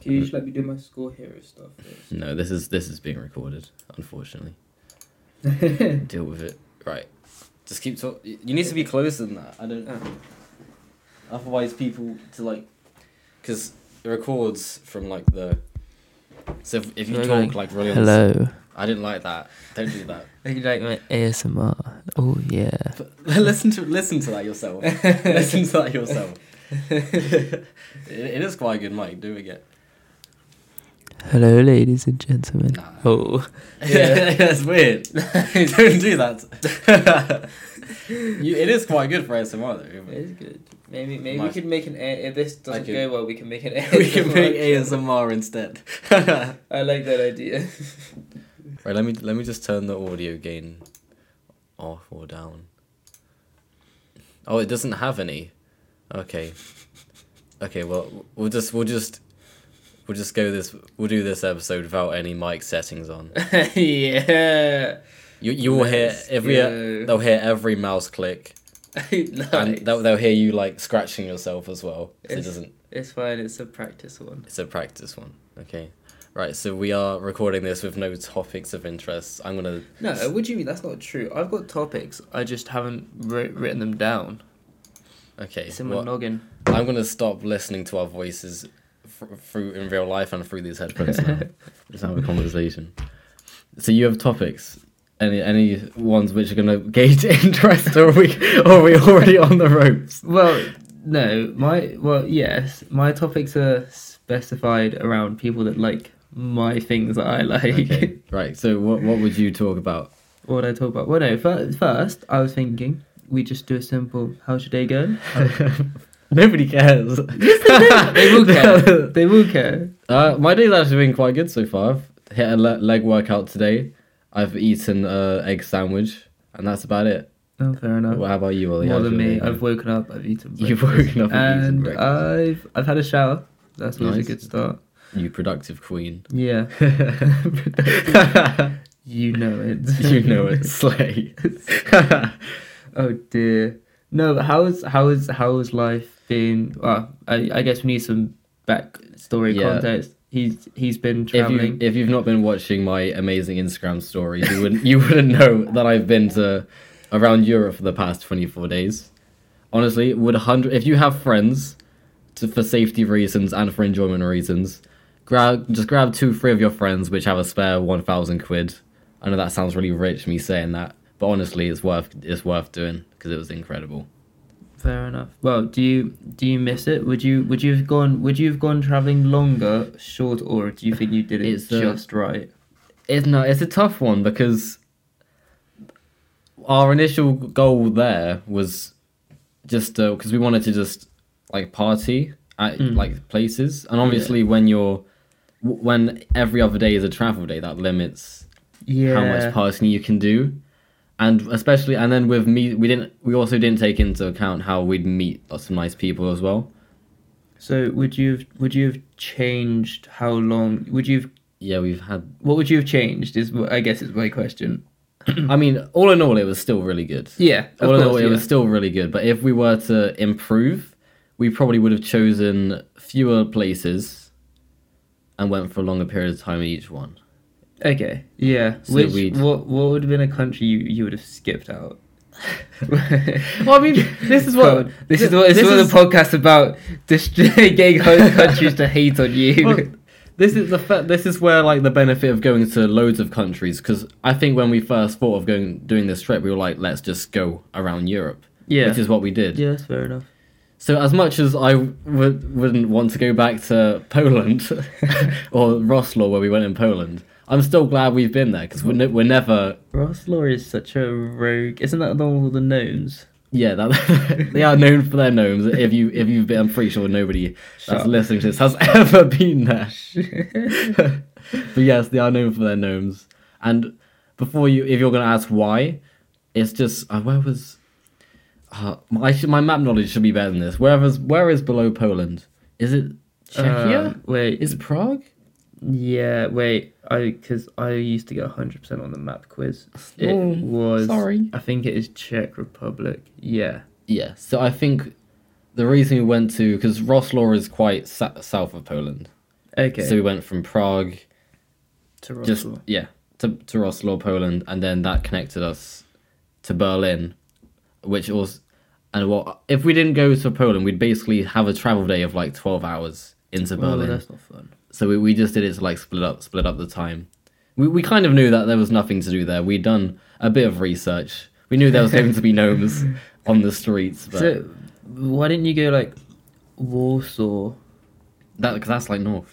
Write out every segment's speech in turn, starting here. Can you just let me do my school hero stuff first? No, this is this is being recorded. Unfortunately, deal with it. Right, just keep talking. You need to be closer than that. I don't. Oh. Otherwise, people to like, because it records from like the. So if, if you Am I talk going, like really, Hello. I didn't like that. Don't do that. Are you like my ASMR? Oh yeah. But listen to listen to that yourself. listen to that yourself. it, it is quite a good mic doing it. Hello, ladies and gentlemen. Nah. Oh, Yeah. That's weird. Don't do that. you, it is quite good for ASMR though. It isn't it? is good. Maybe maybe My- we could make an A if this doesn't could- go well we can make an A. we can make ASMR instead. right, I like that idea. let me let me just turn the audio gain off or down. Oh, it doesn't have any. Okay. Okay, well we'll just we'll just we'll just go this we'll do this episode without any mic settings on. yeah. You you will hear Let's every go. they'll hear every mouse click nice. and they'll, they'll hear you like scratching yourself as well. 'cause It It's- doesn't It's fine, it's a practice one. It's a practice one. Okay. Right, so we are recording this with no topics of interest. I'm gonna. No, would you mean that's not true? I've got topics, I just haven't wri- written them down. Okay. It's in my well, noggin. I'm gonna stop listening to our voices fr- through in real life and through these headphones now. Just have a conversation. So you have topics. Any any ones which are gonna gauge interest, or are we or are we already on the ropes? Well, no, my well, yes, my topics are specified around people that like my things that I like. Okay. Right. So what what would you talk about? what would I talk about? Well, no, fir- first I was thinking we just do a simple "How's your day going?" Nobody cares. They will care. they will care. Uh, my day's actually been quite good so far. I've hit a le- leg workout today. I've eaten a egg sandwich, and that's about it. Oh, fair enough. Well, how about you, Ollie? More How's than your me. day been? I've woken up. I've eaten. You've breakfast, woken up and eaten and breakfast. I've I've had a shower. That's always Nice. a good start. You productive queen. Yeah, you you know it. know it, slay. Oh dear. No, but how's how's how's life been? Well, I I guess we need some backstory Yeah. context. He's he's been if you traveling. if you've not been watching my amazing Instagram stories, you wouldn't you wouldn't know that I've been to around Europe for the past twenty four days. Honestly, would hundred if you have friends, to, for safety reasons and for enjoyment reasons, grab just grab two three of your friends which have a spare one thousand quid. I know that sounds really rich me saying that, but honestly, it's worth it's worth doing because it was incredible. Fair enough. Well, do you do you miss it? Would you would you have gone would you have gone traveling longer, short, or do you think you did it It's, uh, just right? It's no, it's a tough one because our initial goal there was just because we wanted to just like party at like places, and obviously when you're w- when every other day is a travel day, that limits Yeah. how much partying you can do, and especially and then with me, we didn't we also didn't take into account how we'd meet lots of nice people as well. so would you have would you have changed how long? Would you have Yeah, we've had. what would you have changed? Is what- I guess is my question. I mean, all in all, it was still really good. Yeah. Of Although course, it yeah. was still really good, but if we were to improve, we probably would have chosen fewer places and went for a longer period of time in each one. Okay. Yeah. So Which we'd- what what would have been a country you, you would have skipped out? Well, I mean, this is what Well, this is what this, is what the podcast about. Just getting host countries to hate on you. Well, this is the fa- this is where like the benefit of going to loads of countries because I think when we first thought of going doing this trip, we were like, let's just go around Europe, yeah. which is what we did. yeah, that's fair enough. So as much as I would, wouldn't want to go back to Poland or Roslaw where we went in Poland, I'm still glad we've been there because we're, ne- we're never. Rosslor is such a rogue. Isn't that the one with the gnomes? Yeah, that, they are known for their gnomes. If you if you've been, I'm pretty sure nobody Shut that's up. listening to this has ever been there. but yes, they are known for their gnomes. And before you, if you're gonna ask why, it's just uh, where was. Uh, my I should- my map knowledge should be better than this. Where is where is below Poland? Is it Czechia? Um, wait. Is it Prague? yeah. Wait. I because I used to get hundred percent on the map quiz. It Oh, was. sorry. I think it is Czech Republic. Yeah. Yeah. So I think the reason we went to because Roslaw is quite sa- south of Poland, Okay. So we went from Prague, to just Russell. yeah, to to Wrocław, Poland, and then that connected us to Berlin, which also and well, if we didn't go to Poland, we'd basically have a travel day of like twelve hours into Oh, Berlin. that's not fun. So we, we just did it to like split up split up the time. We we kind of knew that there was nothing to do there. We'd done a bit of research. We knew there was going to be gnomes on the streets, but So why didn't you go like Warsaw? that cause that's like north.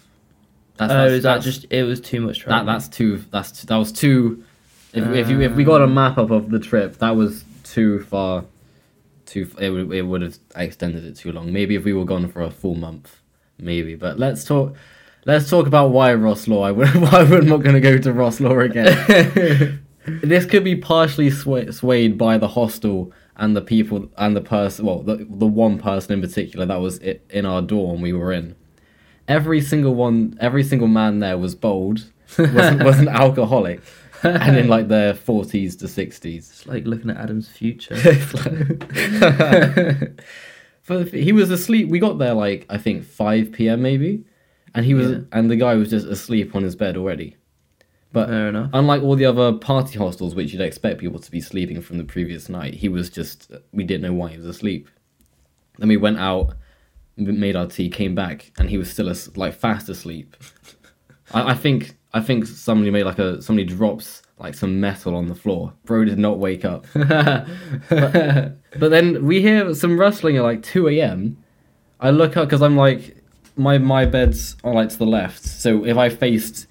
Oh, That's, that's, is that that's- just it was too much that travel? that's too that's too, that was too. If, if you if we got a map up of the trip, that was too far. Too f- it would it would have extended it too long. Maybe if we were gone for a full month, maybe. But let's talk. Let's talk about why Rosslaw. I would, why we're not going to go to Rosslaw again. this could be partially swa- swayed by the hostel and the people and the person. Well, the the one person in particular that was i- in our dorm we were in every single one, every single man there was bold, was, was an alcoholic, and in like their forties to sixties. it's like looking at Adam's future. But he was asleep. We got there like I think five p.m. maybe, and he was Yeah. and the guy was just asleep on his bed already. But Fair enough. unlike all the other party hostels, which you'd expect people to be sleeping from the previous night, he was just we didn't know why he was asleep. Then we went out, m- made our tea, came back, and he was still as, like fast asleep. I, I think I think somebody made like a somebody drops like some metal on the floor. Bro did not wake up. but, but then we hear some rustling at like two a.m. I look up because I'm like my my bed's on like to the left, so if I faced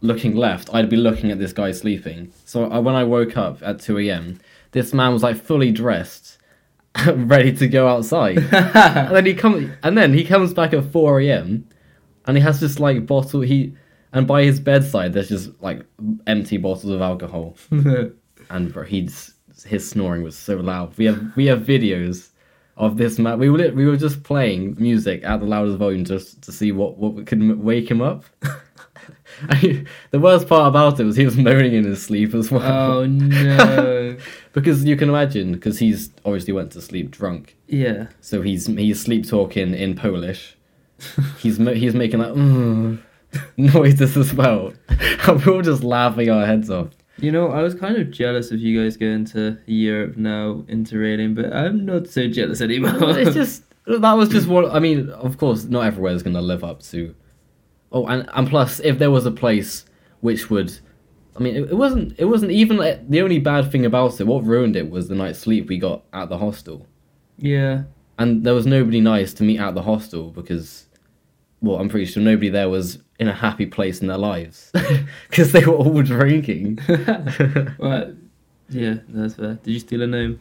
looking left, I'd be looking at this guy sleeping. So I, when I woke up at two a.m., this man was like fully dressed, ready to go outside. and then he comes, and then he comes back at four a.m. and he has this like bottle he. And by his bedside, there's just like empty bottles of alcohol, and bro, he's his snoring was so loud. We have we have videos of this man. We were lit- we were just playing music at the loudest volume just to see what what could m- wake him up. And he- the worst part about it was he was moaning in his sleep as well, oh no. because you can imagine because he's obviously went to sleep drunk, yeah. so he's he's sleep talking in Polish. He's ma- he's making like mm, noises as well. And we're all just laughing our heads off. You know, I was kind of jealous of you guys going to Europe now, interrailing, but I'm not so jealous anymore. it's just that was just what I mean. Of course, not everywhere is going to live up to. Oh, and and plus, if there was a place which would, I mean, it, it wasn't. It wasn't even like, the only bad thing about it. What ruined it was the night's sleep we got at the hostel, yeah. and there was nobody nice to meet at the hostel because, well, I'm pretty sure nobody there was in a happy place in their lives because they were all drinking. Right. Yeah, that's fair. Did you steal a gnome?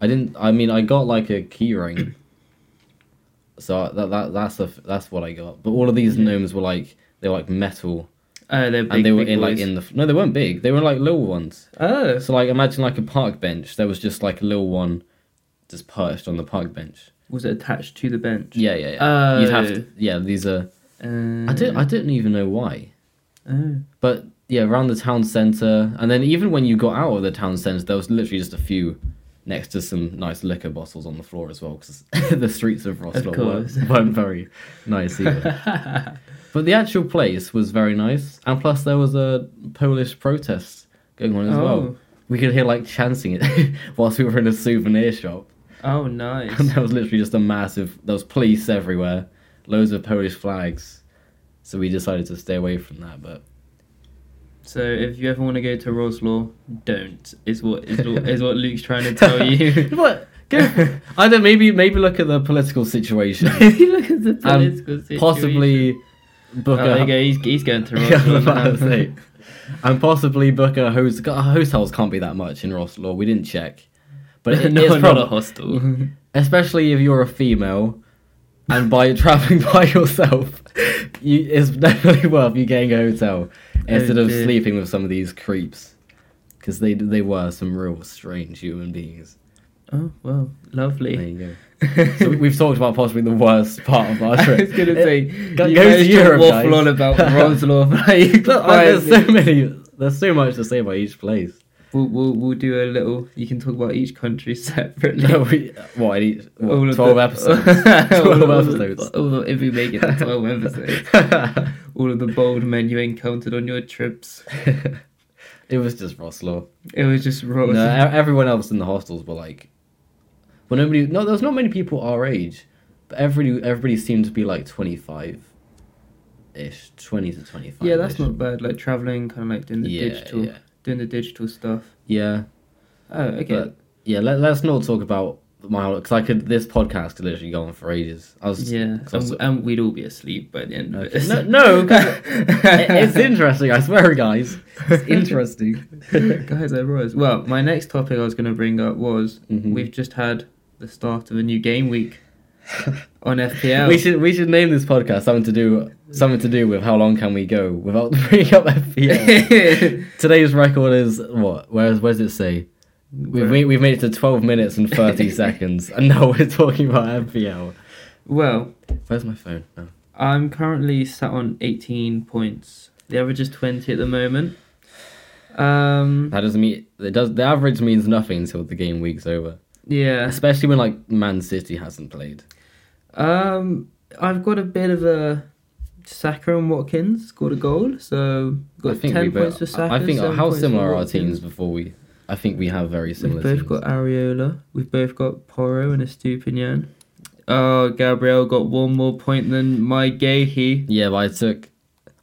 I didn't. I mean, I got like a key ring. so that, that that's a, that's what I got. But all of these Yeah. gnomes were like they were like metal, Oh, they're big. and they were big in like boys. in the no, they weren't big. They were like little ones. Oh. So like imagine like a park bench. There was just like a little one, just perched on the park bench. Was it attached to the bench? Yeah, yeah. yeah. You'd have Oh. to, yeah. These are Uh, I don't I don't even know why. Oh. But yeah, around the town centre, and then even when you got out of the town centre, there was literally just a few next to some nice liquor bottles on the floor as well, because the streets of Rosslot course. weren't, weren't very nice either. but the actual place was very nice, and plus there was a Polish protest going on as well. Oh. We could hear like chanting it whilst we were in a souvenir shop. Oh, nice. And there was literally just a massive. There was police everywhere, loads of Polish flags. So we decided to stay away from that, but So if you ever want to go to Roslaw, don't. Is what is, what- is what Luke's trying to tell you. what? Go. I don't. Maybe maybe look at the political situation. Look at the and political situation. Um, possibly Oh, book there you a. go. He's, he's going to Yeah, I was about to Roslaw. now. say. and possibly book a host. God, Hotels can't be that much in Rosslaw. We didn't check, but it, no, it's not a prob- hostel. especially if you're a female. And by traveling by yourself, you, it's definitely worth you getting a hotel instead of Oh, dear. sleeping with some of these creeps, because they they were some real strange human beings. oh well, lovely. There you go. so we- we've talked about possibly the worst part of our I trip. was gonna It- say, go- you go guys to just Europe, waffle guys. on about Roslaw. Look, I- there's so many. There's so much to say about each place. We'll, we'll we'll do a little. You can talk about each country separately. No, we, what, I need, what, All of 12 the- episodes? all 12 of the- episodes. all of- if we make it to 12 episodes. All of the bold men you encountered on your trips. it was just Ross Law. It was just raw. No, e- everyone else in the hostels were like, well, nobody. No, there was not many people our age, but everybody everybody seemed to be like twenty five, ish, twenty to twenty five. yeah, that's not bad. Like traveling, kind of like doing the yeah, digital, Yeah, doing the digital stuff. yeah, Oh, okay. but yeah. Let, let's not talk about my because I could. This podcast could literally go on for ages. I was yeah, 'cause I and, was- and we'd all be asleep by the end of Okay. it. No, no, 'cause it- it's interesting. I swear, guys, it's interesting. Guys, I was. Well, my next topic I was going to bring up was Mhm. we've just had the start of a new game week on FPL. We should we should name this podcast something to do something to do with how long can we go without bringing up FPL. Today's record is what? Where's where does it say? We've made, we've made it to twelve minutes and thirty seconds, and now we're talking about FPL. well, Where's my phone? Oh. I'm currently sat on 18 points. The average is 20 at the moment. Um, That doesn't mean it does. The average means nothing until the game week's over, yeah. especially when like Man City hasn't played. Um, I've got a bit of a Saka and Watkins scored a goal, so I got think 10 we both- points for Saka. I think seven how points for similar are our Watkins. teams before we? I think we have very similar. We've both teams. got Ariola. We've both got Poro and Estupinian. Oh, Gabriel got one more point than my Gehi. Yeah, but I took.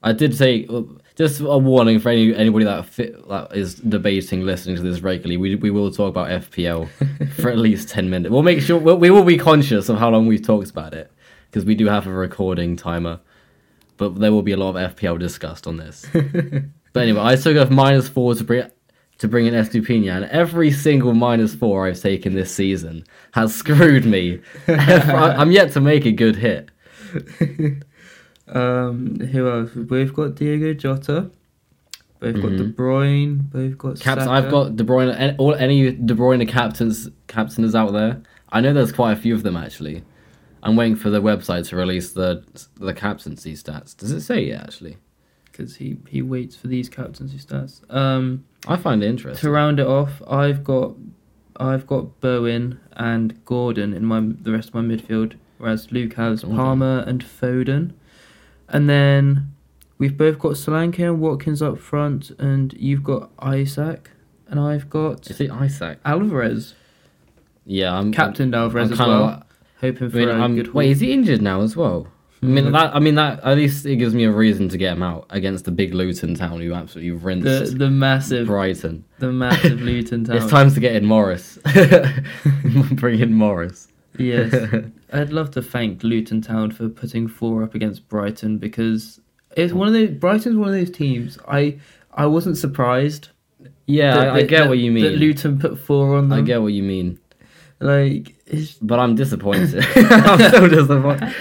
I did take. Just a warning for any anybody that fit, that is debating listening to this regularly. We we will talk about FPL for at least ten minutes. We'll make sure we'll, we will be conscious of how long we've talked about it because we do have a recording timer. But there will be a lot of FPL discussed on this. but anyway, I took off minus four to bring to bring in Estupinian. Every single minus four I've taken this season has screwed me. I'm yet to make a good hit. Um, who else? We've both got Diego Jota. Both got De Bruyne. Both got Mm-hmm. Caps. Saka. I've got De Bruyne. an- All any De Bruyne captains captains out there. I know there's quite a few of them actually. I'm waiting for the website to release the the captaincy stats. Does it say yet? Actually, because he he waits for these captaincy stats. Um, I find it to interesting. round it off, I've got I've got Bowen and Gordon in my the rest of my midfield, whereas Luke has Gordon. Palmer and Foden, and then we've both got Solanke and Watkins up front, and you've got Isaac, and I've got Is it Isaac? Alvarez, Yeah, I'm captained I'm, Alvarez I'm as kind well, of. hoping I for mean, a I'm- good. wait, is he injured now as well? I mean Mhm. that. I mean that. At least it gives me a reason to get him out against the big Luton town who absolutely rinsed the the massive Brighton. the massive Luton town. It's time to get in Morris. Bring in Morris. Yes. I'd love to thank Luton Town for putting four up against Brighton because it's one of those Brighton's one of those teams. I I wasn't surprised. Yeah, that- I, I that- get that- what you That mean. Luton put four on them. I get what you mean, Like it's, but I'm disappointed. I'm so disappointed.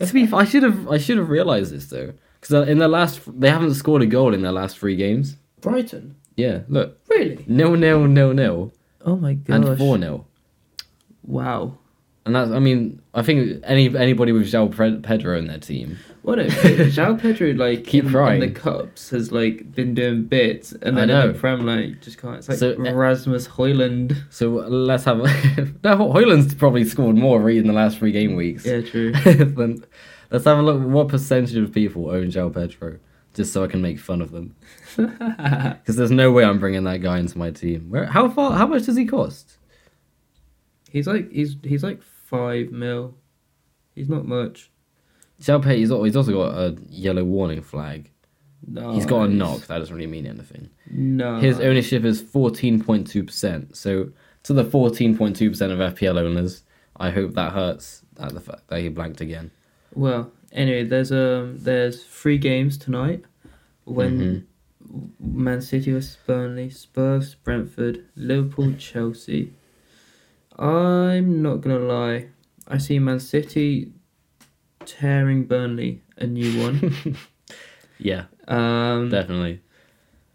to be, fair, I should have, I should have realized this though, because in their last, they haven't scored a goal in their last three games. Brighton. Yeah, look, Really? nil nil nil nil Oh my gosh. and four nil, Wow. and that's, I mean, I think any anybody with João Pre- Pedro in their team, What a João Pedro like Keep in, trying. in the cups has like been doing bits and I then in know. the Prem like just can't it's like So, uh, Rasmus Hoyland. so let's have. no, Hoyland's probably scored more in the last three game weeks. Yeah, true. then let's have a look. What percentage of people own João Pedro? Just so I can make fun of them. Because there's no way I'm bringing that guy into my team. Where? How far? How much does he cost? he's like he's he's like five mil. He's not much. João Pedro. He's, al- he's also got a yellow warning flag. No, he's got a he's- knock. That doesn't really mean anything. No. His ownership is 14.2 percent. So to the 14.2 percent of FPL owners, I hope that hurts at the fact that he blanked again. Well, anyway, there's um there's three games tonight. Mm-hmm. When Man City vs Burnley, Spurs, Brentford, Liverpool, Chelsea. I'm not gonna lie, I see Man City tearing Burnley a new one. Yeah, Um, definitely.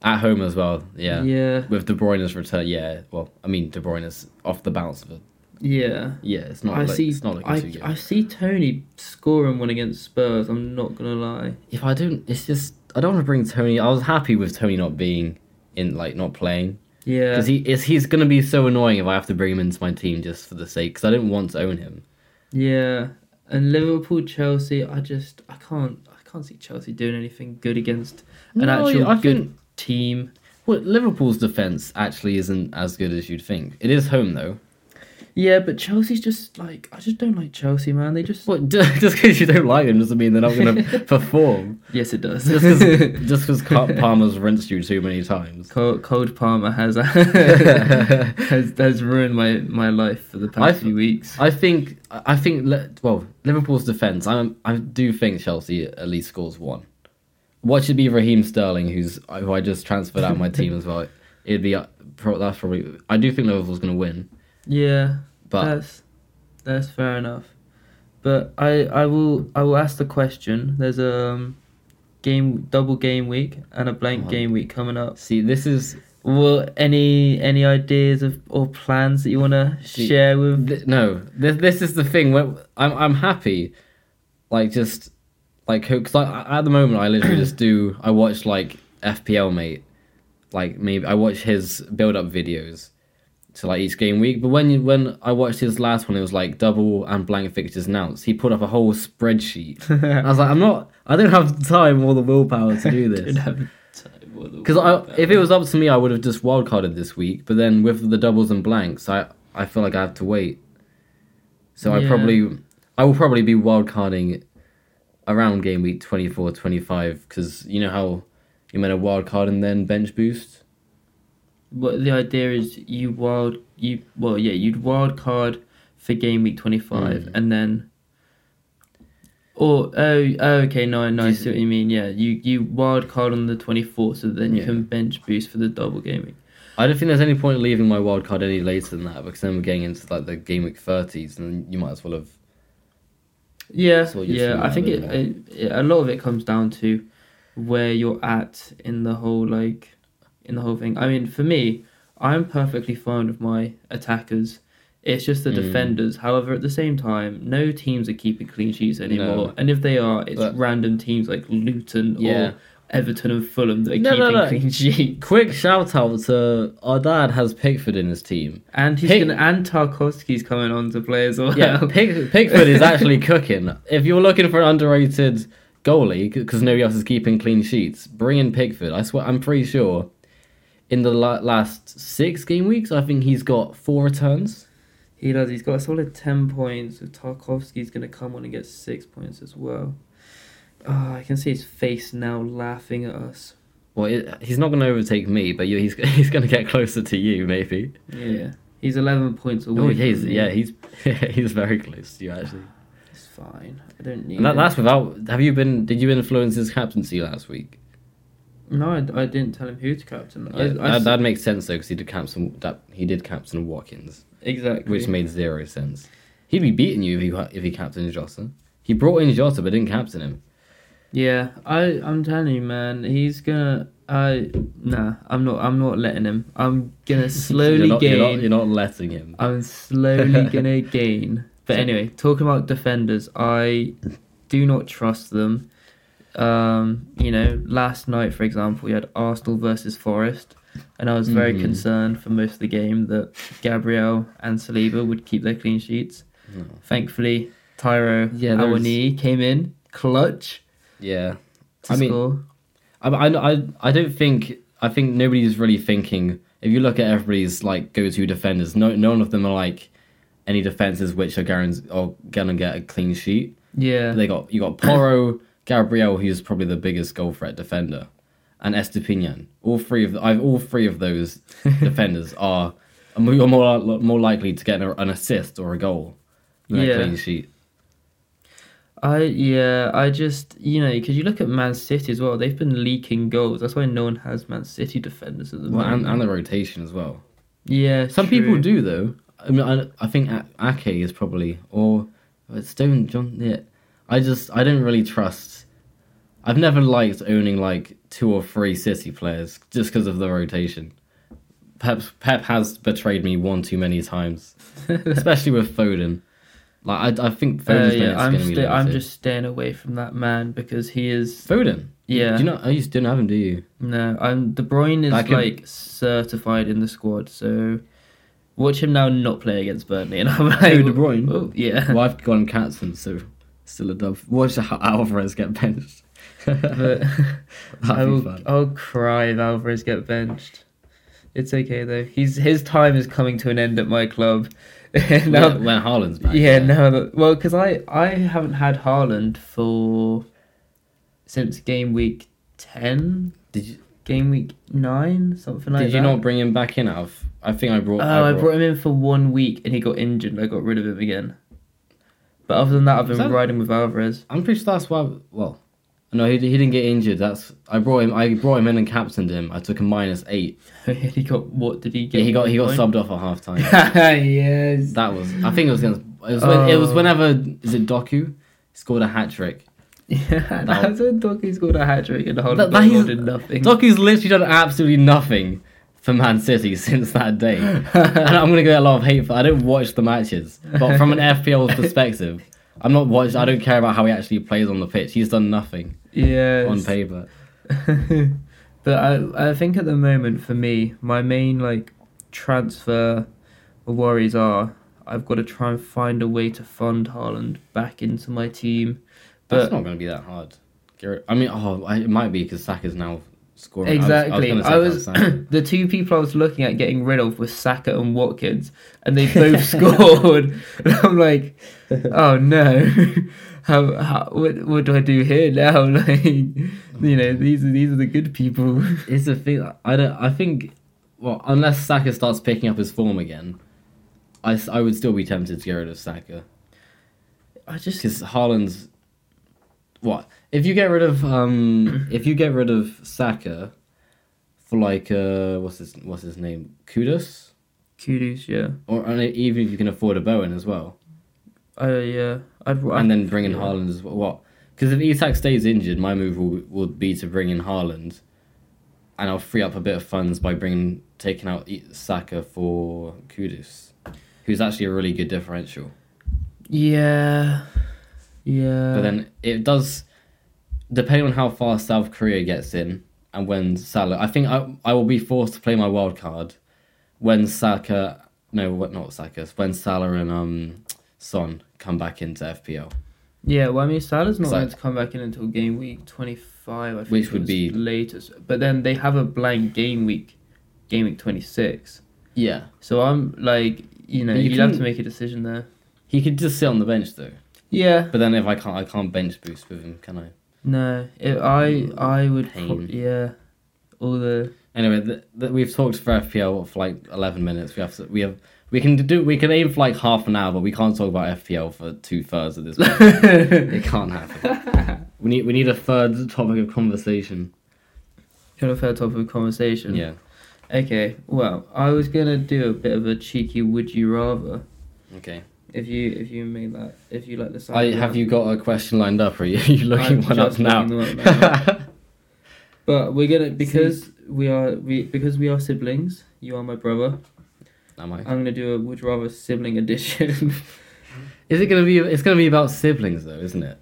At home as well. Yeah. yeah, With De Bruyne's return, yeah. Well, I mean, De Bruyne's off the bounce of it. yeah. Yeah, it's not. I like, see. It's not looking too I, good. I see Tony scoring one against Spurs. I'm not gonna lie. if I don't, it's just I don't want to bring Tony. I was happy with Tony not being in like not playing Yeah. because he is he's gonna be so annoying if I have to bring him into my team just for the sake because I didn't want to own him. Yeah. And Liverpool, Chelsea. I just I can't I can't see Chelsea doing anything good against an No, actual I good think- team. Well, Liverpool's defense actually isn't as good as you'd think. It is home though. Yeah, but Chelsea's just like I just don't like Chelsea, man. They just What just because you don't like them doesn't mean they're not gonna perform. yes, it does. Just because just because Palmer's rinsed you too many times. Cold, Cold Palmer has uh, I has has ruined my my life for the past I've- few weeks. think I think Le- well Liverpool's defense. I I do think Chelsea at least scores one. What should be Raheem Sterling, who's who I just transferred out of my team as well. It'd be uh, pro- that's probably I do think Liverpool's gonna win, Yeah, but that's that's fair enough. But I I will I will ask the question. There's a um, game double game week and a blank Oh. game week coming up. see this is Well, any any ideas of or plans that you wanna Gee, share with? Th- no, this this is the thing. Where I'm I'm happy, like just like because I, at the moment I literally just do I watch like FPL mate, like maybe I watch his build up videos to like each game week. But when you, when I watched his last one, it was like double and blank fixtures announced. He put up a whole spreadsheet. I was like, I'm not. I don't have the time or the willpower to do this. Because I, if it was up to me, I would have just wildcarded this week. But then with the doubles and blanks, I, I feel like I have to wait. So I Yeah. probably, I will probably be wildcarding around game week 24, 25. Because you know how you made a wildcard and then bench boost. What the idea is, you wild you well yeah you'd wild card for game week twenty five Mm. and then. Or oh, oh okay no no I see what you mean yeah you you wild card on the twenty fourth so then you Yeah. can bench boost for the double game week. I don't think there's any point in leaving my wildcard any later than that because then we're getting into like the game week 30s and you might as well have. Yeah So you're yeah seeing I that think a it, bit more. it, it a lot of it comes down to where you're at in the whole like in the whole thing. I mean for me I'm perfectly fine with my attackers. It's just the Mm. defenders. However, at the same time, no teams are keeping clean sheets anymore. No. And if they are, it's But- random teams like Luton Yeah. or Everton and Fulham that are No, no, keeping no. clean sheets. Quick shout out to our dad has Pickford in his team. And he's Pick- gonna and Tarkovsky's coming on to play as well. Yeah, Pig, Pigford is actually cooking. If you're looking for an underrated goalie, because nobody else is keeping clean sheets, bring in Pigford. I swear, I'm pretty sure in the la- last six game weeks, I think he's got four returns. He does. He's got a solid ten points. If Tarkovsky's going to come on and get six points as well. Ah, I can see his face now, laughing at us. Well, it, he's not going to overtake me, but you, he's he's going to get closer to you, maybe. Yeah, he's eleven points away. Oh, yeah, he's, from yeah, me. he's he's very close to you actually. it's fine. I don't need. And that, him. that's without. Have you been? Did you influence his captaincy last week? No, I, I didn't tell him who to captain. I, Yeah, I that, s- that makes sense though, because he did captain. That he did captain Watkins. exactly. which made zero sense. He'd be beating you if he if he captained Jota. He brought in Jota but didn't captain him. Yeah, I I'm telling you, man. He's gonna. I nah. I'm not. I'm not letting him. I'm gonna slowly you're not, gain. You're not, you're not letting him. I'm slowly gonna gain. But anyway, talking about defenders, I do not trust them. Um, you know, last night, for example, we had Arsenal versus Forest, and I was very Mhm. concerned for most of the game that Gabriel and Saliba would keep their clean sheets. No. Thankfully, Tyro Mm. Yeah, there was- Awani came in clutch Yeah, to I mean- score. I, I, I, I don't think I think nobody's really thinking. If you look at everybody's like go-to defenders, no none of them are like any defenses which are guaranteed or gonna get a clean sheet. Yeah, They got you got Poro, Gabriel, who's probably the biggest goal threat defender, and Estepinian. All three of I've all three of those defenders are are more- you're more li- more likely to get an an assist or a goal than Yeah. a clean sheet. I yeah, I just you know because you look at Man City as well. They've been leaking goals. That's why no one has Man City defenders at the Well, moment. and, and the rotation as well. yeah, Some true. people do though. I mean, I, I think A- Ake is probably or it's Stone John. Yeah, I just I don't really trust. I've never liked owning like two or three City players just because of the rotation. Pep Pep has betrayed me one too many times, especially with Foden. Like I, I think Uh, Foden's yeah, I'm, going to be sta- I'm limited. just staying away from that man because he is. Foden. Yeah. Do you not? Oh, you didn't have him, do you? No, and De Bruyne is That could- like certified in the squad, so watch him now not play against Burnley, and I'm like, De Bruyne? Oh, yeah. well, I've gone Catson, so still a dub. Watch how Alvarez get benched. But I That'd be will, fun. I'll cry if Alvarez get benched. It's okay though. He's his time is coming to an end at my club. now, yeah, when Haaland's back. Yeah, no, that, well, because I I haven't had Haaland for since game week ten, Did you, game week nine, something like did that. you not bring him back in? Out of I think I brought. Oh, I brought him in for one week and he got injured. and I got rid of him again. But other than that, I've been Is that- riding with Alvarez. I'm pretty sure that's why. Well, no, he, he didn't get injured. That's I brought him. I brought him in and captained him. I took a minus eight. he got what did he get? Yeah, he got he got Point? subbed off at half time. yes. that was. I think it was against. It was, when, it was Oh. whenever is it Doku scored a hat trick. Yeah, that's when Doki scored a hat trick and That- Haaland that is- did nothing. Doku's literally done absolutely nothing for Man City since that day. and I'm gonna get a lot of hate for. I don't watch the matches, but from an FPL perspective, I'm not watch. I don't care about how he actually plays on the pitch. He's done nothing yes. on paper. but I I think at the moment for me, my main like transfer worries are I've got to try and find a way to fund Haaland back into my team. That's But not gonna be that hard. Garrett- I mean, oh, I- it might be because Saka's now scoring. exactly. gonna say I was, that Saka. the two people I was looking at getting rid of were Saka and Watkins, and they both scored. And I'm like, oh no, how, how what what do I do here now? Like, you know, these are these are the good people. It's the thing. I don't. I think. Well, unless Saka starts picking up his form again, I, s- I would still be tempted to get rid of Saka I just because Haaland's. What if you get rid of um if you get rid of Saka, for like uh what's his what's his name Kudus kudos, yeah. or and even if you can afford a Bowen as well Oh yeah, I'd. and then bring in yeah. Haaland as well. What because if Isak stays injured, my move will will be to bring in Haaland, and I'll free up a bit of funds by bringing taking out I- Saka for Kudus, who's actually a really good differential. yeah, yeah. But then it does, depending on how far South Korea gets in and when Salah. I think I I will be forced to play my wild card when Saka. No, what not Saka? When Salah and um Son come back into FPL. yeah, well, I mean, Salah's not It's like- going to come back in until game week twenty-five. I think Which it would was be- latest, but then they have a blank game week, game week twenty-six. Yeah, So I'm like, you know, But you you would have can- to make a decision there. he could just sit on the bench though. Yeah, But then if I can't, I can't bench boost with him, can I? no, it, I I would. Pro- Pain. yeah, all the Anyway, th- th- we've talked for FPL for like eleven minutes. We have to, we have we can do we can aim for like half an hour, but we can't talk about FPL for two thirds of this. podcast. it can't happen. We need we need a third topic of conversation. kind of fair topic of conversation. Yeah. Okay. Well, I was gonna do a bit of a cheeky "Would you rather" Okay. if you if you make that if you like the sound. I of that. have you got a question lined up? Or are you, are you looking I'm one up just now? looking them up now. but we're gonna because we are we because we are siblings. You are my brother. Am I? I'm gonna do a would you rather sibling edition. Is it gonna be? It's gonna be about siblings though, isn't it?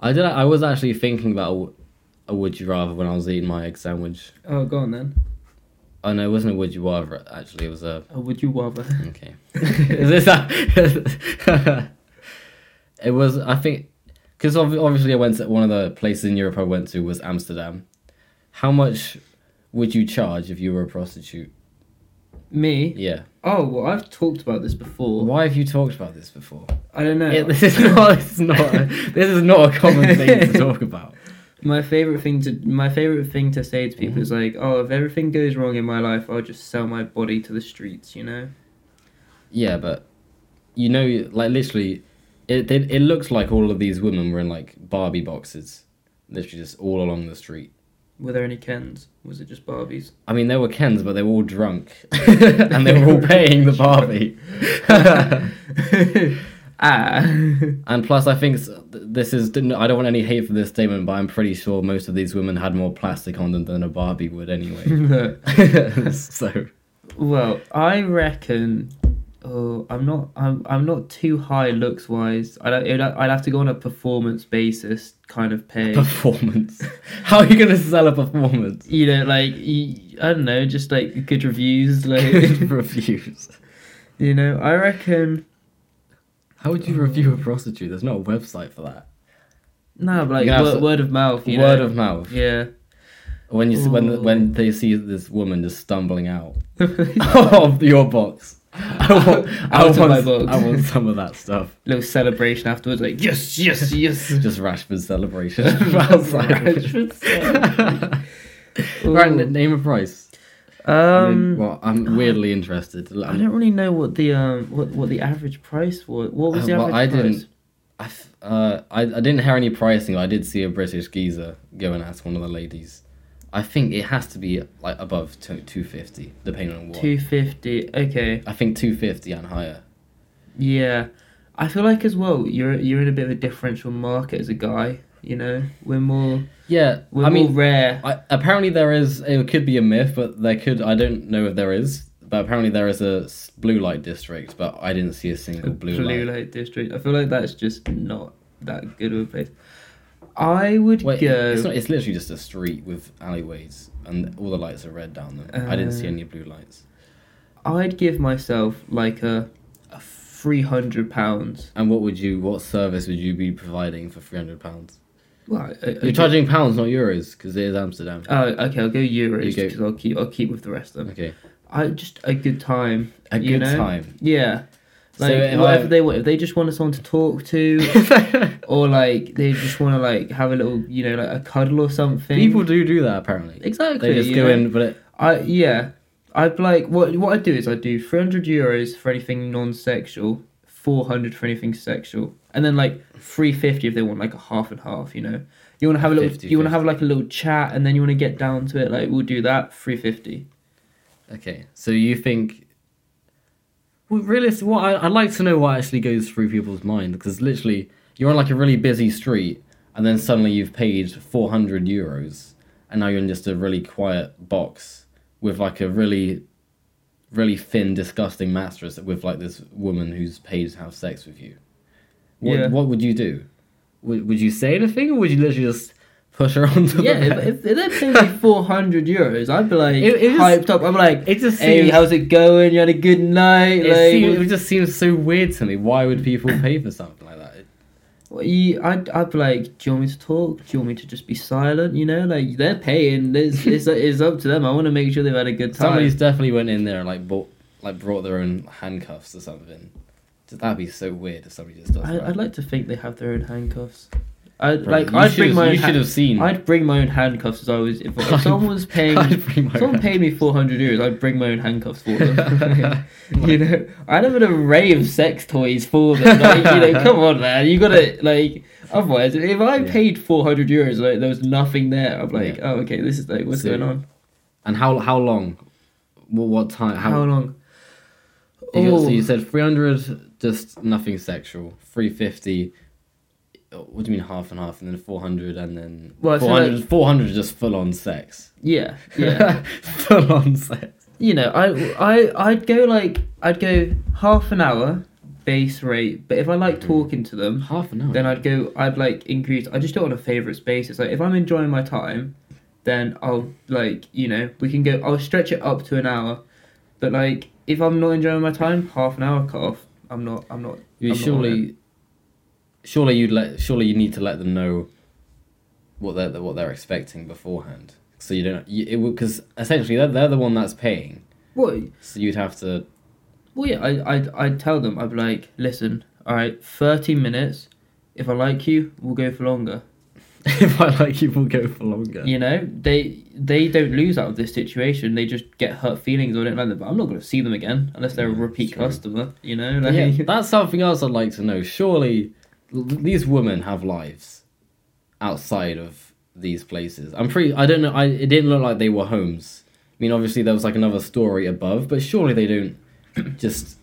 I did. I was actually thinking about a, w- a would you rather when I was eating my egg sandwich. oh, go on then. Oh no, it wasn't a would you rather. Actually, it was a A would you rather? okay. Is this a- it was. I think because obviously I went to one of the places in Europe I went to was Amsterdam. How much would you charge if you were a prostitute? Me? Yeah. Oh well, I've talked about this before. Why have you talked about this before? I don't know. Yeah, this is not. This is not. A, this is not a common thing to talk about. my favorite thing to my favorite thing to say to people Mm-hmm. is like, oh, if everything goes wrong in my life, I'll just sell my body to the streets. You know? Yeah, but you know, like literally, it it, it looks like all of these women were in like Barbie boxes, literally just all along the street. Were there any Kens? Was it just Barbies? I mean, there were Kens, but they were all drunk, and they were all paying the Barbie. Ah. and plus, I think s- this is. I don't want any hate for this statement, but I'm pretty sure most of these women had more plastic on them than a Barbie would anyway. so Well, I reckon. Oh, I'm not. I'm. I'm not too high looks wise. I'd. I'd, I'd have to go on a performance basis kind of pay. Performance. How are you gonna sell a performance? you know, like y I don't know, just like good reviews. Like Good reviews. you know, I reckon. How would you review a prostitute? There's not a website for that. No, but like You can have word, s- word of mouth. You Word know? of mouth. Yeah. When you s when Ooh. when they see this woman just stumbling out of your box. I want, I, Out want, of my box. I want some of that stuff. Little celebration afterwards, like yes, yes, yes. Just Rashford celebration outside. right, n- name a price. I mean, um, well, I'm weirdly interested. I don't really know what the um what, what the average price was. What was Uh, the average well, I price? didn't- I, f- uh, I, I didn't hear any pricing. but I did see a British geezer go and ask one of the ladies. I think it has to be like above two two fifty, depending on what. Two fifty. Okay. I think two fifty and higher. Yeah, I feel like as well you're you're in a bit of a differential market as a guy. You know, we're more Yeah, we're I mean, more rare. I, apparently there is. It could be a myth, but there could. I don't know if there is, but apparently there is a s- blue light district. But I didn't see a single blue, light. district. I feel like that's just not that good of a place. I would Wait, go. it's not. It's literally just a street with alleyways, and all the lights are red down them. I didn't see Uh, any blue lights. I'd give myself like a, a three hundred pounds. And what would you? What service would you be providing for three hundred pounds? Well, I- I- You're charging pounds, not euros, because it is Amsterdam. Oh, okay. I'll go euros You go- because I'll keep I'll keep with the rest of them. Okay, I just a good time. a Uh, You good know? time. Yeah. So Like if whatever I- they want, if they just wanted someone to talk to, or like they just want to like have a little, you know, like a cuddle or something. People do do that apparently. exactly. They just you go know? in, but it, I yeah, I'd like what what I do is I do three hundred euros for anything non-sexual, four hundred for anything sexual, and then like three fifty if they want like a half and half. You know, you want to have a little, 50, you want to have like a little chat, and then you want to get down to it. Like we'll do that three fifty. okay. So you think? Well, realist. What I, I'd like to know what actually goes through people's mind, because literally you're on like a really busy street, and then suddenly you've paid four hundred euros, and now you're in just a really quiet box with like a really, really thin, disgusting mattress with like this woman who's paid to have sex with you. What, Yeah. what would you do? Would, would you say anything, or would you literally just push her onto Yeah, if, the bed? if, if they're paying me four hundred euros, I'd be like It- it just- hyped up. I'm like, it just hey, seems- how's it going? You had a good night. It, like, seems, it just seems so weird to me. Why would people pay for something like that? Well, you, I'd, I'd be like, do you want me to talk? Do you want me to just be silent? You know, like they're paying. It's, it's, it's up to them. I want to make sure they've had a good time. Somebody's definitely went in there and like bought, like brought their own handcuffs or something. That'd be so weird if somebody just does I, that. I'd like to think they have their own handcuffs. I'd Probably. like. You I'd should bring have- my. Own You should ha- have seen. I'd bring my own handcuffs as I was. If, if someone was paying, I'd bring my someone own paid me four hundred euros, I'd bring my own handcuffs for them. you know, I'd have an array of sex toys for them. Like, you know, come on, man, you gotta like. Otherwise, if I Yeah. paid four hundred euros, like there was nothing there. I'm like, oh, okay, this is like, what's So- going on? And how how long? Well, what time? How, How, long? You got- so Oh. you said three hundred, just nothing sexual. Three fifty. uh, What do you mean half and half? And then four hundred, and then Well, I feel 400, 400 just full on sex. Yeah, yeah. full on sex. you know, I I I'd go like I'd go half an hour base rate, but if I like Hmm. talking to them, Half an hour. then I'd go. I'd like increase. I just do it on a favourites basis. Like if I'm enjoying my time, then I'll like you know we can go. I'll stretch it up to an hour, but like if I'm not enjoying my time, half an hour cut off. I'm not. I'm not. You I'm not on surely, surely you'd let, surely you need to let them know what they're what they're expecting beforehand. So you don't, you, it because essentially they're they're the one that's paying. What? So you'd have to. Well, yeah, I, I'd, I'd tell them, I'd be like, listen, all right, 30 minutes. If I like you, we'll go for longer. if I like you, will go for longer. You know, they they don't lose out of this situation. They just get hurt feelings or don't like them. But I'm not going to see them again unless they're a Yeah, repeat true. customer, you know? But Like, yeah, that's something else I'd like to know. Surely l- these women have lives outside of these places. I'm pretty. I don't know. I it didn't look like they were homes. I mean, obviously there was like another story above, but surely they don't just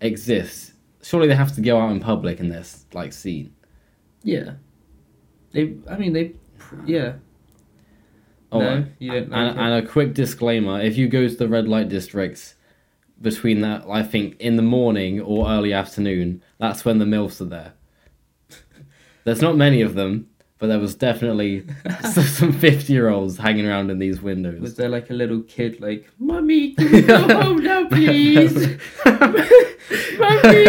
exist. Surely they have to go out in public and they're s- like seen. yeah. They, I mean, they, yeah. Oh, no, and, Oh, you don't like and, and a quick disclaimer: if you go to the red light districts, between that, I think, in the morning or early afternoon, that's when the MILFs are there. There's not many of them, but there was definitely some- some 50 year olds hanging around in these Was windows. there like a little kid like, Mummy, can you go home now, Oh, please? Mummy!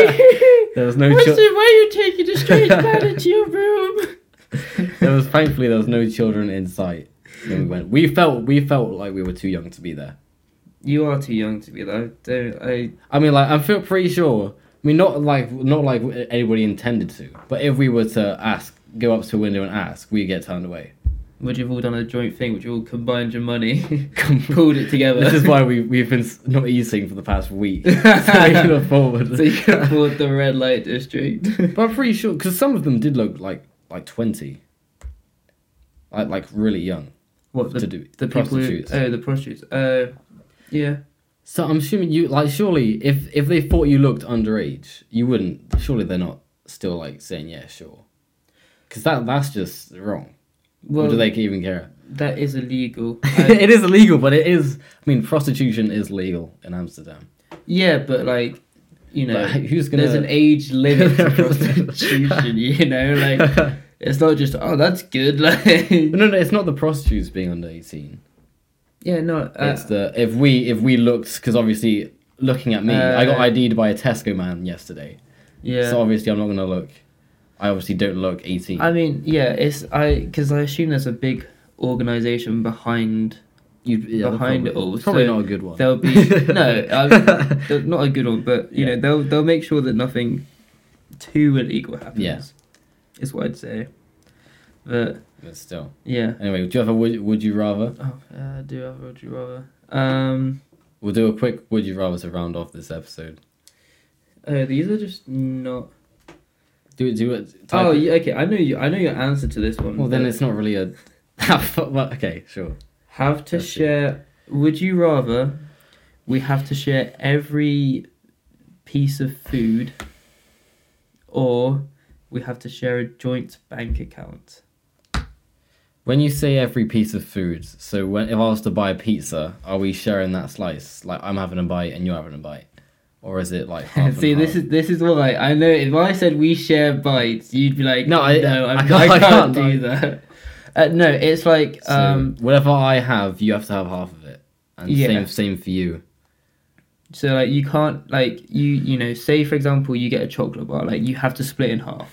There was no What's chil- it? Why are you taking a strange man into your room? there was thankfully there was no children in sight when we went. We felt we felt like we were too young to be there. You are too young to be there. I don't. I. I mean, like I feel pretty sure. I mean, not like not like anybody intended to, but if we were to ask, go up to a window and ask, we get turned away. Would you have all done a joint thing? Would you all combined your money, pulled it together? This is why we we've been s- not eating for the past week, so we can afford. so you can afford the red light district. But I'm pretty sure because some of them did look like like twenty, like like really young what to the do the people? Who, prostitutes. oh, the prostitutes. Uh, yeah. so I'm assuming you like surely if if they thought you looked underage, you wouldn't. Surely they're not still like saying yeah sure, because that that's just wrong. Well, or do they even care? that is illegal. Um, I- it is illegal, but it is. I mean, prostitution is legal in Amsterdam. yeah, but like, you know, But who's gonna? there's an age limit to prostitution. you know, Oh, like it's not just oh that's good. Like no, no, it's not the prostitutes being under eighteen. yeah, no. Uh, it's the if we if we looked because obviously looking at me, I got Uh, ID'd by a Tesco man yesterday. yeah. So obviously I'm not gonna look. I obviously don't look 18. I mean, yeah, it's I because I assume there's a big organization behind. you, yeah, behind probably, it all, Probably so not a good one. There'll be no, I, they're not a good one, but you Yeah. know they'll they'll make sure that nothing too illegal happens. Yeah. is what I'd say. But But still. yeah, Anyway, do you have a would, would you rather? oh, uh, I do have a would you rather. Um, We'll do a quick would you rather to round off this episode. oh, these are just not. Do it. Do it. type Oh, it- yeah, okay. I know you. I know your answer to this one. Well, then but it's not really a. well, okay, sure. have to Let's see. share. Would you rather we have to share every piece of food, or we have to share a joint bank account? When you say every piece of food, so when if I was to buy a pizza, are we sharing that slice? Like I'm having a bite and you're having a bite, or is it like half and See, this half? is this is why I know. If I said we share bites, you'd be like, No, "No, I- I no, I'm, I I, can't- can't, I can't, do that." Uh, no, it's like So um, whatever I have, you have to have half of it, and Yeah. same same for you. so like you can't like you you know say for example you get a chocolate bar like you have to split in half.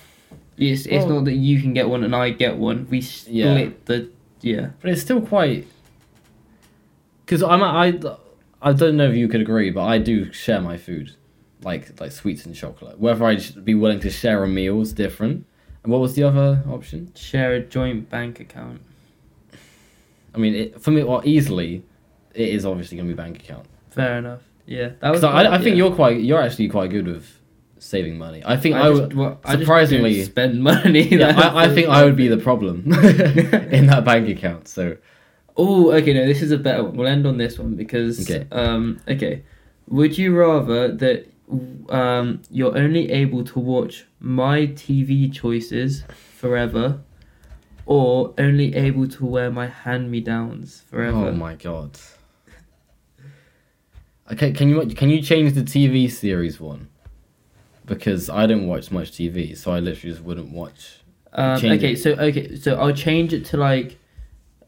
It's it's Well- not that you can get one and I get one. We split Yeah. the yeah. But it's still quite because I'm I I don't know if you could agree, but I do share my food, like like sweets and chocolate. Whether I'd be willing to share a meal is different. And what was the other option? Share a joint bank account. I mean, it, for me, well, easily, it is obviously going to be bank account. Fair enough. Yeah, that Because I, I think yeah. you're quite, you're actually quite good with saving money. I think I, I would, just, well, I just surprisingly- don't spend money. yeah, That's I, I the think I would be the problem in that bank account. So Oh, okay, no, this is a better one. We'll end on this one because Okay. um okay. Would you rather that um you're only able to watch my TV choices forever or only able to wear my hand-me-downs forever? Oh my god. Okay, can you can you change the TV series one? Because I don't watch much TV, so I literally just wouldn't watch. um, change okay, it. so okay, so I'll change it to like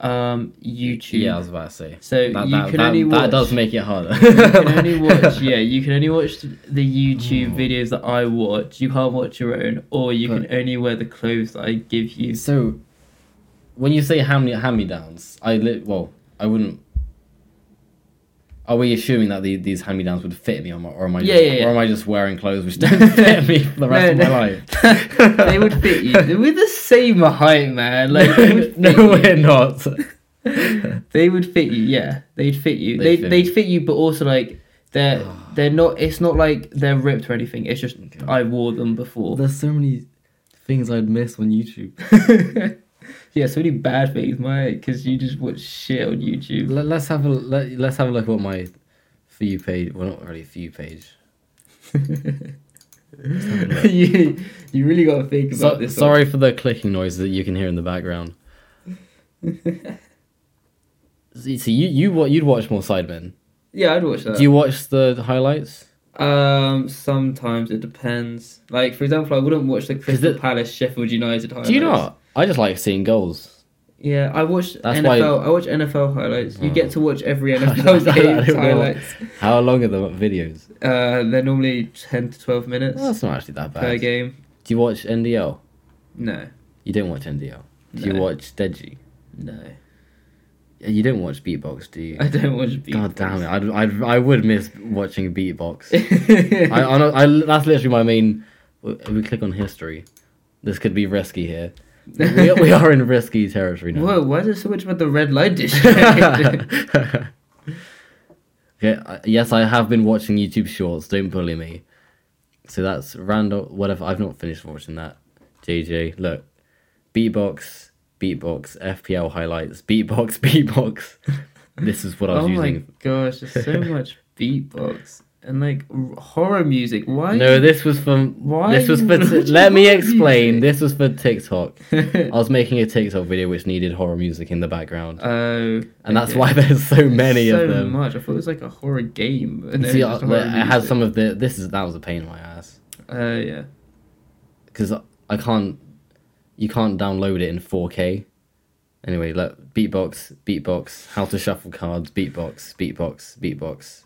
um YouTube. Yeah, I was about to say. So That, you that, can that, only watch that does make it harder. you can only watch yeah you can only watch the youtube videos that i watch you can't watch your own or you can only wear the clothes that i give you So, when you say hand me hand me downs, I li- well, I wouldn't. Are we assuming that the, these hand me downs would fit me, or am I, or am I Yeah, just, yeah, yeah. or am I just wearing clothes which don't fit me for the rest No, of my no. life? they would fit you They we're the same height man like they would fit no, you. we're not. they would fit you yeah they'd fit you They'd they fit would me. they'd fit you but also like they're they're not it's not like they're ripped or anything it's just i wore them before There's so many things I'd miss on YouTube. yeah so many bad things my because you just watch shit on youtube Let, us have a let, let's have a look at what my for you page. Well, not really for you page. you, you really gotta think about So- this one. sorry for the clicking noise that you can hear in the background. See, so you you what you'd watch more Sidemen. Yeah, I'd watch that. Do you watch the highlights? Um, sometimes it depends. Like for example, I wouldn't watch the Crystal it- Palace Sheffield United highlights. Do you not? I just like seeing goals. Yeah, I watched That's NFL. why- I watch NFL highlights. You get to watch every don't NFL know, I game's don't know. highlights. How long are the videos? Uh, they're normally ten to twelve minutes Well, that's not actually that per bad. game. Do you watch NDL? No, You don't watch NDL. Do you No. watch Deji? no, You don't watch Beatbox, do you? I don't watch. Beatbox. God damn it! I'd, I'd, I would miss watching Beatbox. it! I, I'm not, I, that's literally my main. We click on history. This could be risky here. We, we are in risky territory now. Whoa! Why is there so much about the red light district? okay, I- yes, I have been watching YouTube Shorts. Don't bully me. So that's random. Whatever. I've not finished watching that. JJ, look, beatbox, beatbox, FPL highlights, beatbox, beatbox. this is what I was oh my using. gosh! There's so much beatbox and like r- horror music. Why? No, this was from. Why This was you for. watching Let me horror music? explain. This was for TikTok. oh, I was making a TikTok video which needed horror music in the background, and that's Uh, Oh, okay. why there's so many so of them. much. I thought it was like a horror game. And See, it I, was just horror it has music. some of the. This is that was a pain in my ass Uh, yeah. because I can't. You can't download it in 4K. Anyway, look, beatbox, beatbox, how to shuffle cards, beatbox, beatbox, beatbox.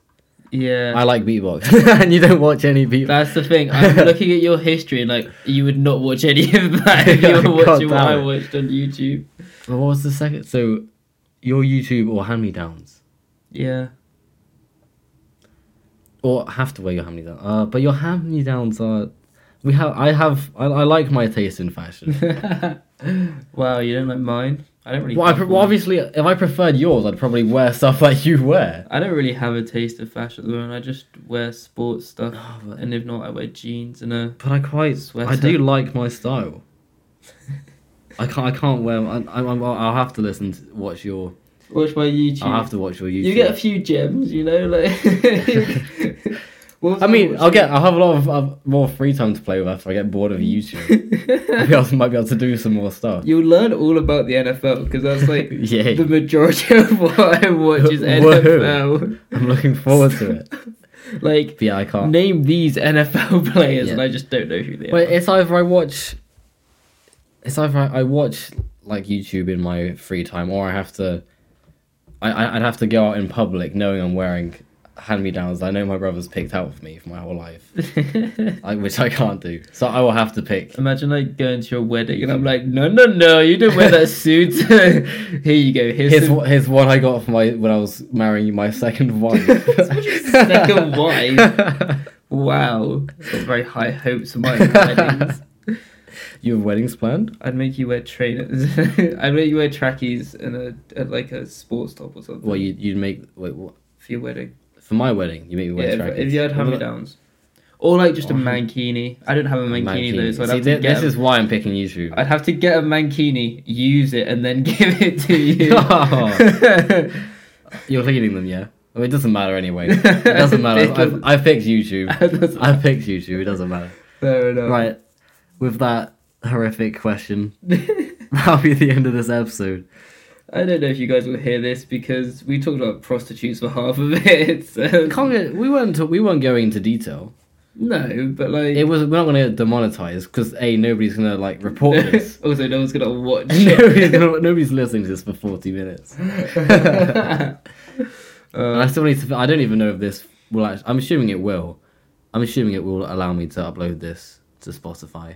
Yeah. I like beatbox, and you don't watch any beatbox. That's the thing. I'm looking at your history, and like you would not watch any of that if you were God watching what damn I it. watched on YouTube. But what was the second? So, your YouTube or hand me downs, Yeah. or have to wear your hand me downs. Uh, but your hand me downs are. We have. I have. I, I like my taste in fashion. wow, you don't like mine. I don't really. well, I, have pre- one. well, obviously, if I preferred yours, I'd probably wear stuff like you wear. I don't really have a taste of fashion at the moment. I just wear sports stuff, Oh, but- and if not, I wear jeans and a. But I quite Sweater. I do like my style. I can't. I can't wear. I, I, I'm- I'll have to listen to watch your. Watch my YouTube. I'll have to watch your YouTube. You get a few gems, you know, like. What was I mean, I'll watching? get. I'll have a lot of uh, more free time to play with after I get bored of YouTube. Maybe I might be able to do some more stuff. You'll learn all about the NFL because that's like Yay. the majority of what I watch is Woohoo. NFL. I'm looking forward to it. Like, But yeah, I can't. name these NFL players, Yeah. and I just don't know who they Wait, are. it's either I watch. It's either I, I watch like YouTube in my free time, or I have to. I- I I'd have to go out in public knowing I'm wearing hand me downs. I know my brother's picked out for me for my whole life, I, which I can't do. So I will have to pick. Imagine like going to your wedding, and I'm like, no, no, no, you didn't wear that suit. Here you go. Here's, Here's some- what here's what I got for my when I was marrying my second wife. second wife? wow, I've got very high hopes for my weddings. You have weddings planned? I'd make you wear trainers. I'd make you wear trackies and a, and like a sports top or something Well, you you'd make wait what for your wedding. for my wedding? You make me Yeah, wear if, trackies. Oh, if you had hand me downs, or like just a mankini. I don't have a mankini, though, so I'd See, have to thi- get. this is why I'm picking YouTube. I'd have to get a mankini, use it, and then give it to you. You're leading them, yeah. Well, it doesn't matter anyway. It doesn't matter. It doesn't- I've, I've picked YouTube. It doesn't- I've picked YouTube. It doesn't matter. Fair enough. Right. With that horrific question, that'll be the end of this episode. I don't know if you guys will hear this because we talked about prostitutes for half of it. So. Can't get- we weren't we weren't going into detail. No, but like. It was we're not going to demonetize because a nobody's going to like report this. also, no one's gonna watch. And nobody's, gonna, nobody's listening to this for forty minutes. it. Uh, And I still need to. I don't even know if this will. Actually, I'm assuming it will. I'm assuming it will allow me to upload this to Spotify.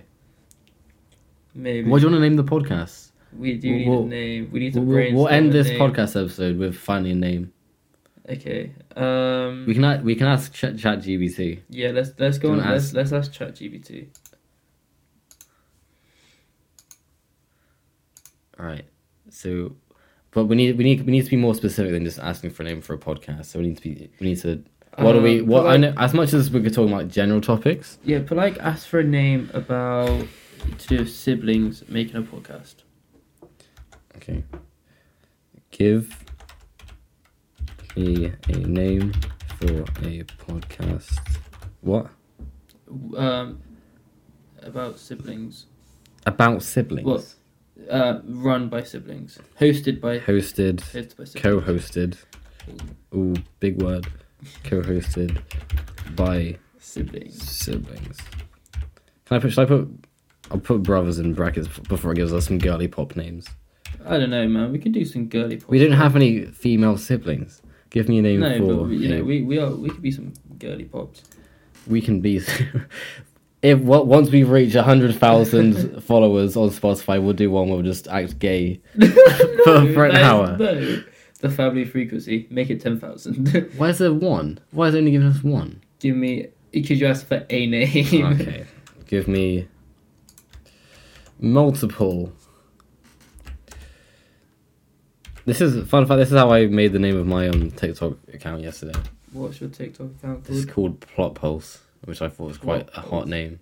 Maybe. What do you want to name the podcast? We do need We'll- a name. We need to We'll, brainstorm. we'll end a this name. podcast episode with finding a name. Okay. Um. We can a- we can ask Ch- Chat GBT. Yeah. Let's let's go Do on. you wanna Let's let's ask ChatGPT. All right. So, but we need we need we need to be more specific than just asking for a name for a podcast. So we need to be we need to. What are we? Uh, What but I like- know as much as we could talk about general topics. Yeah, but like ask for a name about to do with siblings making a podcast. Okay. Give me a name for a podcast. What Um. About siblings. about siblings? What? Uh, run by siblings. Hosted by. Hosted, Hosted by siblings. co-hosted, Ooh, big word. Co-hosted by Siblings. siblings. Can I put? Should I put? I'll put brothers in brackets f- before it gives us some girly pop names. I don't know, man. We could do some girly. Pop We don't have any female siblings. Give me a name No, for. but we, you a- know, we, we are we could be some girly pops. we can be if what once we reach 100,000 followers on Spotify we'll do one where we'll just act gay for, for That an is- hour No, the family frequency. Make it ten thousand. why is there one why is it only giving us one Give me. Could you ask for a name? okay give me multiple this is fun fact this is how I made the name of my um TikTok account yesterday What's your TikTok account it's called? called Plot Pulse which I thought was quite a hot name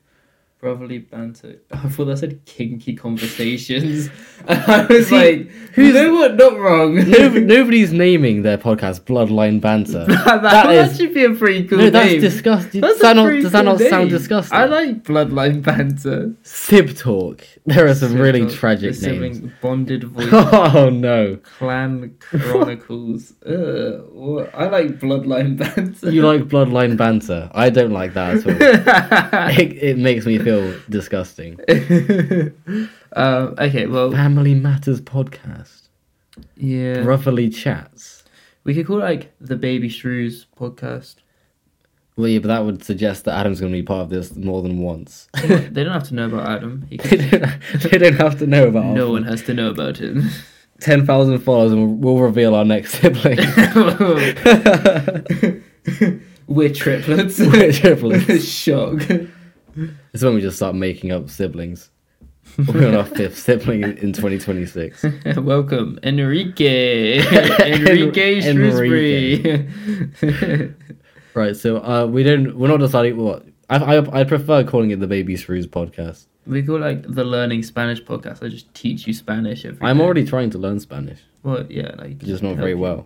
Brotherly banter. I thought that said kinky conversations. and I was See, like, you who's- know what? Not wrong. no, nobody's naming their podcast Bloodline Banter that, that that is- should be a pretty cool No, name. that's disgusting. That's Does a that not, pretty does that cool not sound name. disgusting? I like bloodline banter. Sib Talk. There are some really Sibling- tragic the sibling names. Bonded voice. oh no. Clan Chronicles. Ugh, what- I like bloodline banter. You like bloodline banter. I don't like that at all. It, it makes me feel disgusting. um, okay, well, Family Matters podcast. yeah. Brotherly chats. We could call it like the Baby Shrews podcast. Well, yeah, but that would suggest that Adam's going to be part of this more than once. they don't have to know about Adam. He they, can, don't, they don't have to know about no us. one has to know about him. 10,000 followers and we'll, we'll reveal our next sibling. We're triplets. We're triplets. Shock. It's when we just start making up siblings. We're on our fifth sibling in, in 2026. Welcome, Enrique. Enrique. Enrique Shrewsbury. Right, so uh, we don't. We're not deciding what. I, I I prefer calling it the Baby Shrews podcast. we call it like the Learning Spanish podcast. I just teach you Spanish every I'm day. already trying to learn Spanish, Well, yeah, like. just not help very you. well.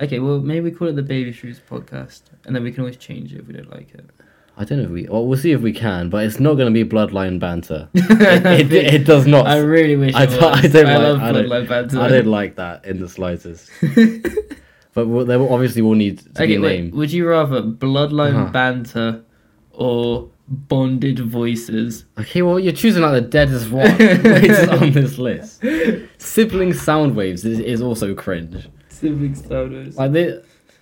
Okay, well, maybe we call it the Baby Shrews podcast, and then we can always change it if we don't like it. I don't know if we. Well, we'll see if we can, but it's not going to be bloodline banter. It, it, it does not. I I, really wish I I, don't- was. I don't like- love I don't- Bloodline Banter. don't like that in the slightest. but we'll, there will obviously will need to be okay, a wait. name. Would you rather Bloodline Uh-huh. Banter or Bonded Voices? Okay, well you're choosing like the deadest one which is on this list. Sibling sound waves is, is also cringe. Sibling Stardust. Like they,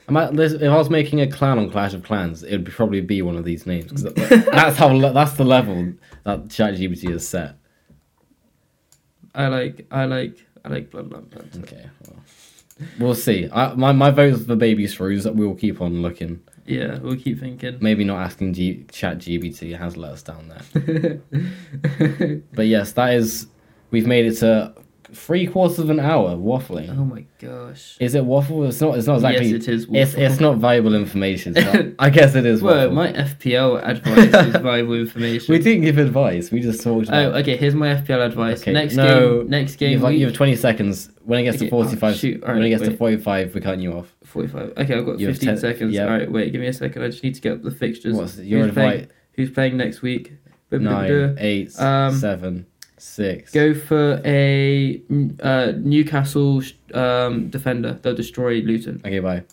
am I, this, if I was making a clan on Clash of Clans, it would probably be one of these names 'cause that- that's how le- that's the level that ChatGPT has set. I like, I like, I like Bloodline Banter. Okay, well, we'll see. I, my my vote is for baby shrews. We'll keep on looking. Yeah, we'll keep thinking. Maybe not asking G, ChatGPT has let us down there. oh But yes, that is. We've made it to three quarters of an hour waffling. Oh my gosh. Is it waffle? It's not. It's not exactly. Yes, it is. It's waffle. it's not viable information. So I guess it is. Well, waffle. my FPL advice is valuable information. we didn't give advice. We just talked. About Oh, okay. Here's my FPL advice. Okay, Next no, game. Next game. You've, like, week- you have 20 seconds. When it gets to Okay, oh, 45, shoot, when it alright, gets to wait. 45, we cut you off. 45. Okay, I've got You have 15 ten- seconds. yeah. All right, wait, give me a second. I just need to get up the fixtures. What's your who's, playing, invite? who's playing next week? Blah, blah, blah, Nine, blah. eight, Um, seven, six. Go for a mm, uh, Newcastle sh- um, defender. They'll destroy Luton. Okay, bye.